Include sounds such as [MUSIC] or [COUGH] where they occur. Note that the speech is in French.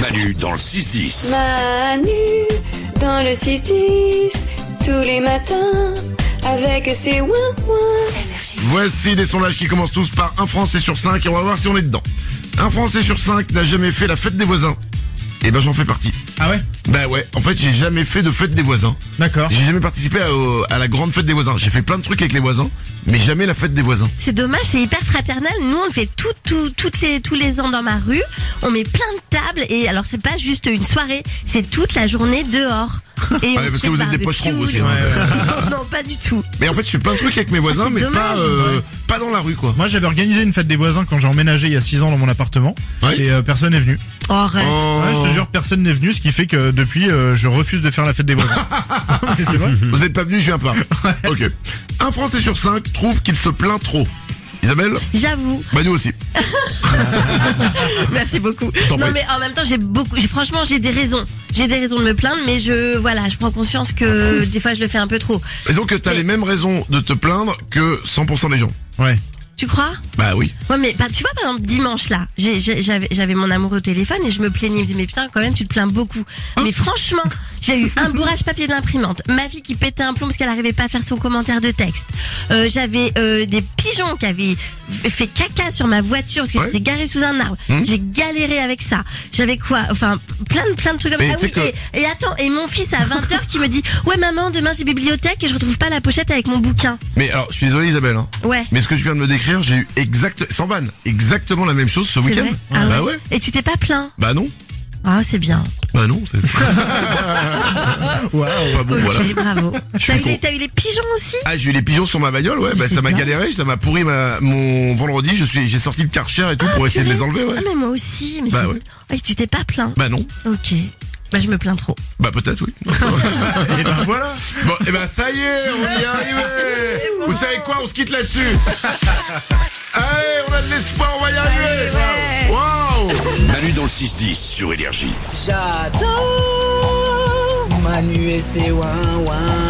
Manu dans le 6-10. Manu dans le 6-10, tous les matins, avec ses ouin-ouin. Voici des sondages qui commencent tous par un Français sur cinq et on va voir si on est dedans. Un Français sur cinq n'a jamais fait la fête des voisins. Et ben j'en fais partie. Ah ouais Bah ouais, en fait j'ai jamais fait de fête des voisins. D'accord. J'ai jamais participé à, au- à la grande fête des voisins. J'ai fait plein de trucs avec les voisins, mais jamais la fête des voisins. C'est dommage, c'est hyper fraternel. Nous, on le fait tout, tout- toutes les, tous les ans dans ma rue. On met plein de tables et alors c'est pas juste une soirée, c'est toute la [LAUGHS] journée dehors. Ah Et ouais, on parce fait que vous êtes des barbecue, pocherons, vous aussi, les- hein. [LAUGHS] non, pas du tout. [LAUGHS] Mais en fait je fais plein de trucs avec mes Ah, voisins, c'est mais pas, dommage. euh, pas dans la rue quoi. Moi, j'avais organisé une fête des voisins quand j'ai emménagé il y a 6 ans dans mon appartement. Ouais. Et euh, personne n'est venu. Oh, arrête. Ouais, je te jure, personne n'est venu, ce qui fait que depuis, euh, je refuse de faire la fête des voisins. [LAUGHS] Mais c'est vrai. Vous n'êtes pas venu, je viens [LAUGHS] pas. Ok. Un Français sur cinq trouve qu'il se plaint trop. Isabelle J'avoue. Bah nous aussi. Merci beaucoup. t'en Non prie. mais en même temps j'ai beaucoup, j'ai- franchement j'ai des raisons, j'ai des raisons de me plaindre, mais je voilà, je prends conscience que des fois je le fais un peu trop. Et donc t'as Mais- les mêmes raisons de te plaindre que 100% des gens. Ouais. Tu crois Bah oui. Ouais mais bah, tu vois par exemple dimanche là, j'ai- j'ai- j'avais j'avais mon amoureux au téléphone et je me plaignais, il me disait mais putain quand même tu te plains beaucoup. Hein Mais franchement j'ai eu un bourrage papier de l'imprimante, ma fille qui pétait un plomb parce qu'elle n'arrivait pas à faire son commentaire de texte, Euh, j'avais euh, des pigeons qui avaient f- fait caca sur ma voiture parce que Ouais. j'étais garée sous un arbre, Mhm. j'ai galéré avec ça, j'avais quoi, enfin plein de plein de trucs comme Mais ah tu sais oui, que- et, et attends, et mon fils à 20h qui me dit Ouais, maman, demain j'ai bibliothèque et je retrouve pas la pochette avec mon bouquin. Mais alors, je suis désolé Isabelle, hein. Ouais. mais ce que tu viens de me décrire, j'ai eu exact, sans vanne, exactement la même chose ce C'est week-end. vrai Ah bah ouais. ouais. Et tu t'es pas plaint Bah non. Ah, c'est bien. Bah non, c'est... Enfin bon, [LAUGHS] ok, voilà. bravo. Je suis T'as eu, les- con. t'as eu les pigeons aussi Ah, j'ai eu les pigeons sur ma bagnole, ouais, bah Mais ça c'est m'a dingue. galéré, ça m'a pourri ma, mon vendredi, je suis, j'ai sorti le karcher et tout pour essayer de les Purée. enlever, ouais. Ah, mais moi aussi. Mais Bah c'est- ouais. Ouais, tu t'es pas plaint Bah non. Ok. Bah, je me plains trop. Bah peut-être, oui. [LAUGHS] Et ben voilà. Bon, et ben ça y est, on y est [LAUGHS] arrivé Vous savez quoi, on se quitte là-dessus Allez, on a de l'espoir, on va y arriver Waouh Manu dans le 6-10 sur Énergie. J'adore Manu et ses ouin-ouin.